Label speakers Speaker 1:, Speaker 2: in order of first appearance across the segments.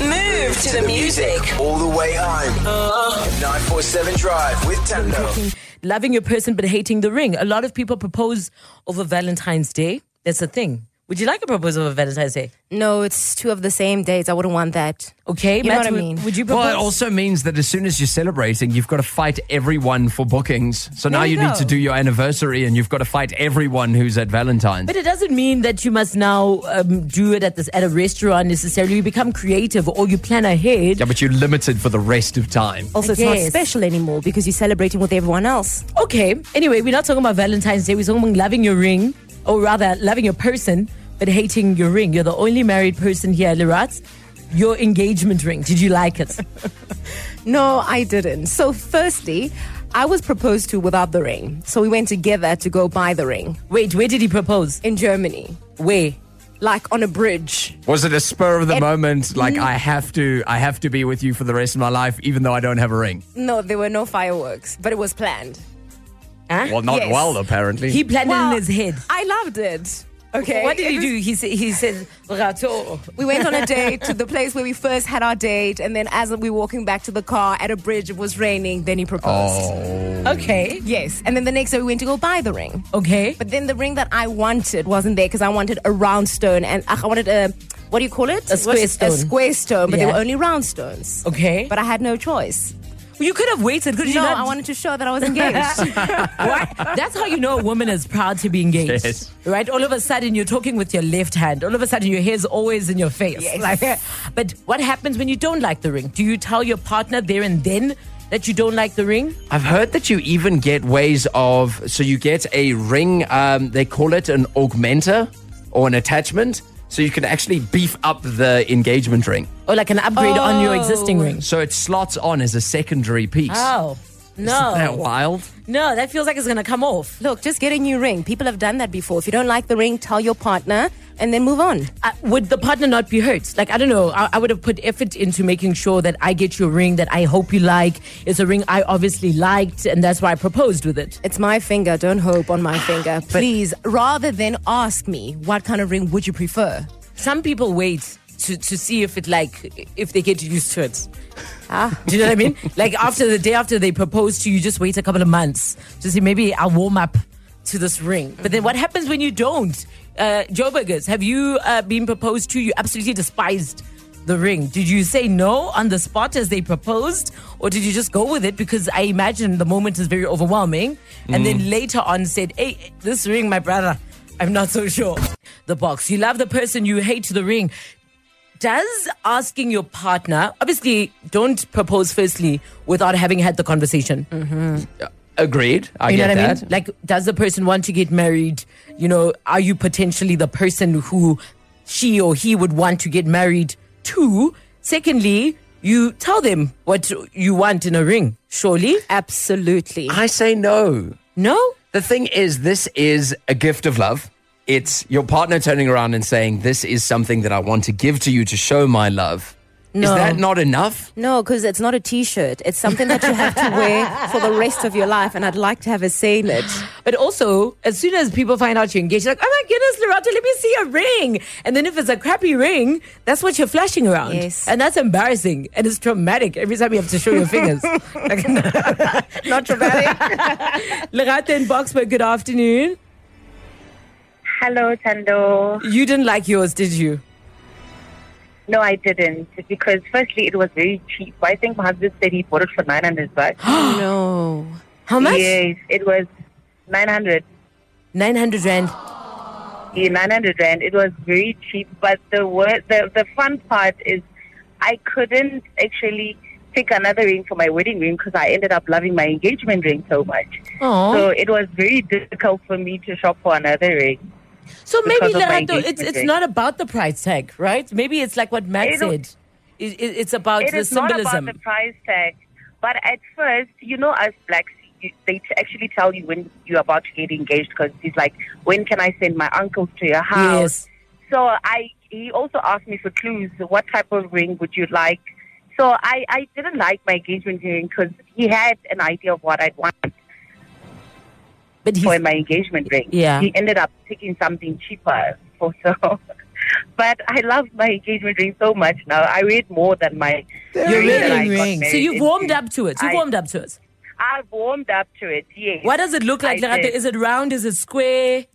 Speaker 1: Move to the music. All the way home. 947 Drive with Tando.
Speaker 2: Loving your person but hating the ring. A lot of people propose over Valentine's Day. That's a thing. Would you like a proposal over Valentine's Day?
Speaker 3: No, it's two of the same dates. I wouldn't want that.
Speaker 2: Okay,
Speaker 3: You know
Speaker 2: Matt,
Speaker 3: what I
Speaker 2: would-
Speaker 3: mean.
Speaker 2: Would, you propose?
Speaker 4: Well, it also means that as soon as you're celebrating, you've got to fight everyone for bookings. So now you,
Speaker 2: you
Speaker 4: need
Speaker 2: go.
Speaker 4: to do your anniversary and you've got to fight everyone who's at Valentine's.
Speaker 2: But it doesn't mean that you must now um, do it at this at a restaurant necessarily. You become creative or you plan ahead.
Speaker 4: yeah, but you're limited for the rest of time.
Speaker 3: Also, it's
Speaker 2: guess.
Speaker 3: not special anymore because you're celebrating with everyone else.
Speaker 2: Okay. Anyway, we're not talking about Valentine's Day. We're talking about loving your ring, or rather, loving your person but hating your ring. You're the only married person here, at Lirats. Your engagement ring. Did you like it?
Speaker 3: No, I didn't. So, firstly, I was proposed to without the ring. So, we went together to go buy the ring
Speaker 2: Wait, where did he propose?
Speaker 3: in Germany,
Speaker 2: Where?
Speaker 3: like on a bridge.
Speaker 4: Was it Mm. a spur of the
Speaker 3: It-
Speaker 4: moment? Like I have to, I have to be with you for the rest of my life, even though I don't have a ring.
Speaker 3: No, there were no fireworks, but it was planned.
Speaker 2: Huh?
Speaker 4: Well, not
Speaker 3: Yes.
Speaker 4: well, apparently.
Speaker 2: he planned
Speaker 3: Well,
Speaker 2: it in his head.
Speaker 3: I loved it. Okay.
Speaker 2: What did
Speaker 3: It
Speaker 2: he
Speaker 3: was-
Speaker 2: do? He said, he said, "Rato."
Speaker 3: We went on a date to the place where we first had our date, and then as we were walking back to the car at a bridge, it was raining. Then he proposed.
Speaker 4: Oh.
Speaker 2: Okay.
Speaker 3: Yes, and then the next day we went to go buy the ring.
Speaker 2: Okay.
Speaker 3: But then the ring that I wanted wasn't there because I wanted a round stone and ugh, I wanted a what do you call it?
Speaker 2: A square
Speaker 3: What's-
Speaker 2: stone.
Speaker 3: A square stone, but
Speaker 2: Yeah.
Speaker 3: there were only round stones.
Speaker 2: Okay.
Speaker 3: But I had no choice.
Speaker 2: you could have waited. Could you
Speaker 3: no,
Speaker 2: not?
Speaker 3: I wanted to show that I was engaged.
Speaker 2: Why? That's how you know a woman is proud to be engaged.
Speaker 4: Yes.
Speaker 2: Right? All of a sudden, you're talking with your left hand. All of a sudden, your hair's always in your face.
Speaker 3: Yes.
Speaker 2: Like, but what happens when you don't like the ring? Do you tell your partner there and then that you don't like the ring?
Speaker 4: I've heard that you even get ways of so you get a ring. Um, they call it an augmenter or an attachment, so you can actually beef up the engagement ring.
Speaker 2: Or like an upgrade on your existing ring?
Speaker 4: So it slots on as a secondary piece.
Speaker 2: Oh. No.
Speaker 4: Isn't that wild?
Speaker 2: No, that feels like it's going to come off.
Speaker 3: Look, just get a new ring. People have done that before. If you don't like the ring, tell your partner and then move on.
Speaker 2: uh, would the partner not be hurt? Like, I don't know. I, I would have put effort into making sure that I get you a ring that I hope you like. It's a ring I obviously liked, and that's why I proposed with it.
Speaker 3: It's my finger. Don't hope on my finger. Please, rather than ask me what kind of ring would you prefer.
Speaker 2: Some people wait to, to see if it like if they get used to it. Do you know what I mean? Like after the day after they propose to you, just wait a couple of months to see maybe I'll warm up to this ring. But then what happens when you don't? Uh, Joe Burgers, have you uh, been proposed to? You absolutely despised the ring. Did you say no on the spot as they proposed, or did you just go with it? Because I imagine the moment is very overwhelming. And then later on said, hey, this ring, my brother, I'm not so sure. The box. You love the person, you hate the ring does asking your partner obviously don't propose firstly without having had the conversation
Speaker 4: Agreed. I
Speaker 2: you know
Speaker 4: Mm-hmm. get
Speaker 2: what i
Speaker 4: that.
Speaker 2: mean like does the person want to get married you know are you potentially the person who she or he would want to get married to secondly you tell them what you want in a ring surely
Speaker 3: Absolutely.
Speaker 4: I say no.
Speaker 2: no
Speaker 4: The thing is, this is a gift of love. It's your partner turning around and saying, "This is something that I want to give to you to show my love." Is
Speaker 2: No.
Speaker 4: that not enough?
Speaker 3: No, because it's not a T-shirt. It's something that you have to wear for the rest of your life, and I'd like to have a say in it.
Speaker 2: But also, as soon as people find out you're engaged, you're like, oh my goodness, Loretta, let me see a ring. And then if it's a crappy ring, that's what you're flashing around.
Speaker 3: Yes.
Speaker 2: And that's embarrassing. And it's traumatic every time you have to show your fingers. Like,
Speaker 3: Not dramatic.
Speaker 2: Loretta and Boxberg, good afternoon.
Speaker 5: Hello, Tando.
Speaker 2: You didn't like yours, did you?
Speaker 5: No, I didn't. Because firstly, it was very cheap. I think my husband said he bought it for 900 bucks.
Speaker 3: no.
Speaker 2: How much?
Speaker 5: Yes, it was 900.
Speaker 2: 900 Rand.
Speaker 5: Yeah, 900 rand. It was very cheap. But the, wor- the the fun part is I couldn't actually pick another ring for my wedding ring because I ended up loving my engagement ring so much. So
Speaker 2: Oh.
Speaker 5: it was very difficult for me to shop for another ring.
Speaker 2: So, maybe,
Speaker 5: because of my
Speaker 2: Loretta, it's,
Speaker 5: engagement
Speaker 2: it's
Speaker 5: ring.
Speaker 2: not about the price tag, right? Maybe it's like what Matt
Speaker 5: It-
Speaker 2: said. It, it, it's about
Speaker 5: It
Speaker 2: the
Speaker 5: is not
Speaker 2: symbolism.
Speaker 5: about the price tag. But at first, you know, us blacks, you, they t- actually tell you when you're about to get engaged because it's like, when can I send my uncles to your house?
Speaker 2: yes.
Speaker 5: So I, he also asked me for clues. What type of ring would you like? So I, I didn't like my engagement ring because he had an idea of what I'd want
Speaker 2: But he's,
Speaker 5: for my engagement ring.
Speaker 2: Yeah.
Speaker 5: He ended up taking something cheaper. Also. But I love my engagement ring so much now. I wear it more than my
Speaker 2: Your
Speaker 5: ring
Speaker 2: wedding
Speaker 5: that I got
Speaker 6: ring.
Speaker 5: married
Speaker 2: So you've
Speaker 5: into.
Speaker 2: warmed up to it. You've
Speaker 5: I-
Speaker 2: warmed up to it.
Speaker 5: I've warmed up to it. Yes.
Speaker 2: What does it look like,
Speaker 5: I
Speaker 2: Lerato?
Speaker 5: did.
Speaker 2: Is it round? Is it square?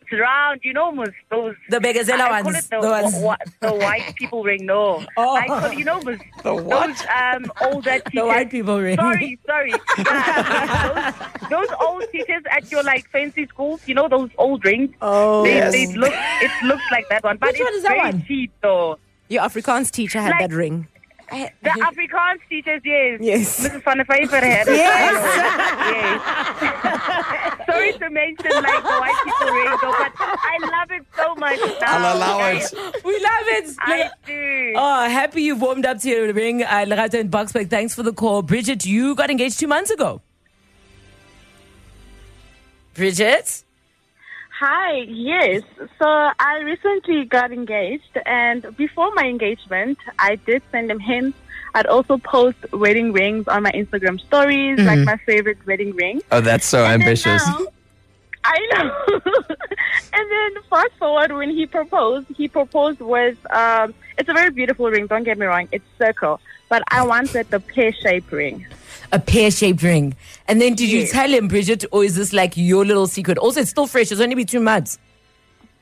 Speaker 5: It's round. You know, almost those.
Speaker 2: The Begazela
Speaker 5: I- I
Speaker 2: ones,
Speaker 5: Call it
Speaker 2: the
Speaker 5: the,
Speaker 2: ones.
Speaker 5: wh- wh- the white people ring. No.
Speaker 2: Oh.
Speaker 5: I call, you know, those,
Speaker 6: what?
Speaker 5: those um, older teachers.
Speaker 2: white people ring.
Speaker 5: Sorry, sorry. Yeah, those, those old teachers at your like fancy schools, you know, those old rings.
Speaker 3: Oh.
Speaker 5: They,
Speaker 6: Yes.
Speaker 5: they look, it looks like that one, but
Speaker 2: Which
Speaker 5: it's
Speaker 2: one is that
Speaker 5: very
Speaker 2: one?
Speaker 5: cheap though.
Speaker 3: Your Afrikaans teacher had
Speaker 5: Like-
Speaker 3: that ring.
Speaker 2: I-
Speaker 5: The
Speaker 2: I-
Speaker 5: Afrikaans teachers, yes.
Speaker 3: Yes.
Speaker 5: Mrs. Van der Pfeiffer had it. yes. Sorry to mention like the white people rainbow, but I love it so much now.
Speaker 6: I'll allow it.
Speaker 2: we love it.
Speaker 5: I do.
Speaker 2: Oh, happy you've warmed up to your ring, uh, Lerato and Boxberg. Thanks for the call. Bridget, you got engaged two months ago. Bridget?
Speaker 7: Hi, yes. So I recently got engaged, and before my engagement, I did send him hints. I'd also post wedding rings on my Instagram stories, like my favorite wedding ring.
Speaker 4: Oh, that's so
Speaker 7: And then
Speaker 4: ambitious.
Speaker 7: now- I know. and then fast forward when he proposed, he proposed with um, it's a very beautiful ring. Don't get me wrong, it's circle, but I wanted the pear shaped ring.
Speaker 2: A pear shaped ring. And then did you
Speaker 7: Yes.
Speaker 2: tell him, Bridget, or is this like your little secret? Also, it's still fresh. It's only been two months.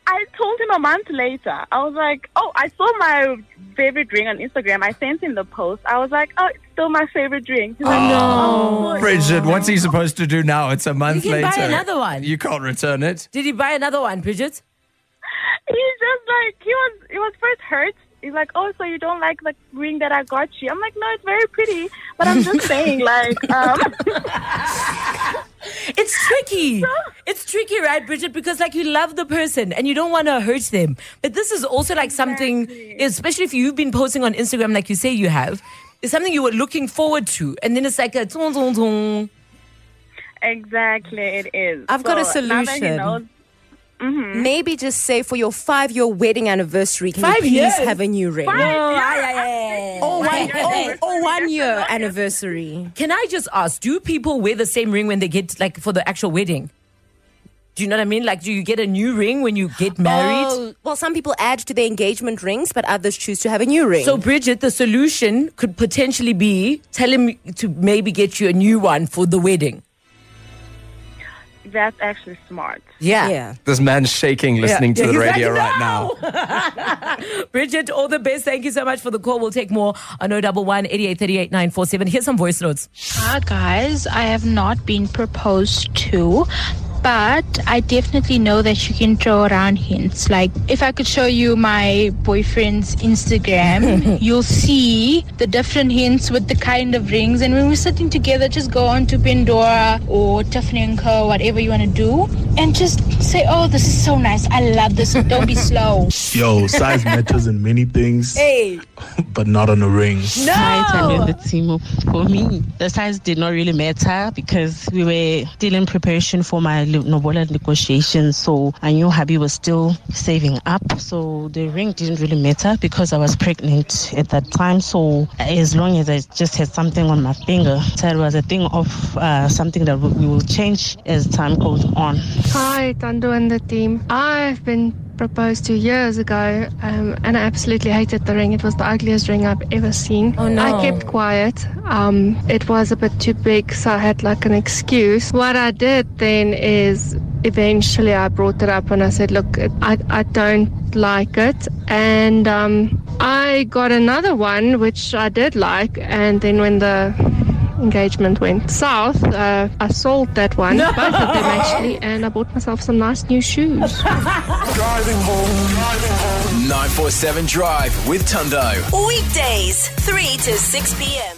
Speaker 7: I told him a month later. I was like, "Oh, I saw my favorite ring on Instagram. I sent him the post. I was like, "Oh, it's still my favorite ring." He's like, "Oh, sorry."
Speaker 6: Bridget, what's he supposed to do now? It's a month
Speaker 2: can
Speaker 6: later.
Speaker 2: buy another one.
Speaker 6: You can't return it.
Speaker 2: Did he buy another one, Bridget?
Speaker 7: He's just like he was. He was first hurt. He's like, "Oh, so you don't like the ring that I got you?" I'm like, "No, it's very pretty, but I'm just saying, like, um,
Speaker 2: It's tricky. It's tricky, right, Bridget? Because like you love the person and you don't want to hurt them. But this is also like something, especially if you've been posting on Instagram like you say you have, it's something you were looking forward to. And then it's like a zong, zong, zong.
Speaker 7: exactly, it is."
Speaker 3: I've got a
Speaker 7: So now that he
Speaker 3: solution.
Speaker 7: knows-
Speaker 3: Maybe just say for your five year wedding anniversary, can
Speaker 2: Five
Speaker 3: you please
Speaker 2: years?
Speaker 3: have a new ring?
Speaker 2: Oh,
Speaker 7: Yeah,
Speaker 2: aye, aye, aye.
Speaker 3: Or Oh, one,
Speaker 2: Aye.
Speaker 3: or, or one year anniversary.
Speaker 2: Can I just ask, do people wear the same ring when they get like for the actual wedding? Do you know what I mean? Like, do you get a new ring when you get married?
Speaker 3: Oh, well, some people add to their engagement rings, but others choose to have a new ring.
Speaker 2: So, Bridget, the solution could potentially be tell him to maybe get you a new one for the wedding.
Speaker 7: That's actually smart.
Speaker 2: Yeah.
Speaker 3: yeah.
Speaker 4: This man's shaking listening to
Speaker 2: Yeah,
Speaker 4: the
Speaker 2: he's like,
Speaker 4: radio right now.
Speaker 2: Bridget, all the best. Thank you so much for the call. We'll take more on 011 8838 947. Here's some voice notes.
Speaker 8: Hi guys, I have not been proposed to, but I definitely know that you can throw around hints. Like if I could show you my boyfriend's Instagram, you'll see the different hints with the kind of rings. And when we're sitting together, just go on to Pandora or Tiffany and Co, whatever you want to do, and just say, "Oh, this is so nice. I love this. Don't be slow."
Speaker 9: Yo, size matters in many things, but not on the ring.
Speaker 10: Hi, Tando and the team. For me, the size did not really matter because we were still in preparation for my lo- Nobola negotiations. So I knew Habi was still saving up. So the ring didn't really matter because I was pregnant at that time. So as long as I just had something on my finger, so it was a thing of uh, something that we we will change as time goes on.
Speaker 11: Hi, Tando and the team. I've been proposed to years ago um, and I absolutely hated the ring. It was the ugliest ring I've ever seen.
Speaker 2: Oh, no.
Speaker 11: I kept quiet. Um, it was a bit too big, so I had like an excuse. What I did then is eventually I brought it up and I said, Look, it- I, I don't like it. And um, I got another one, which I did like. And then when the engagement went south, uh, I sold that one, both of them actually, and I bought myself some nice new shoes.
Speaker 1: 947 Drive with Tundo.
Speaker 12: Weekdays, 3 to 6 p.m.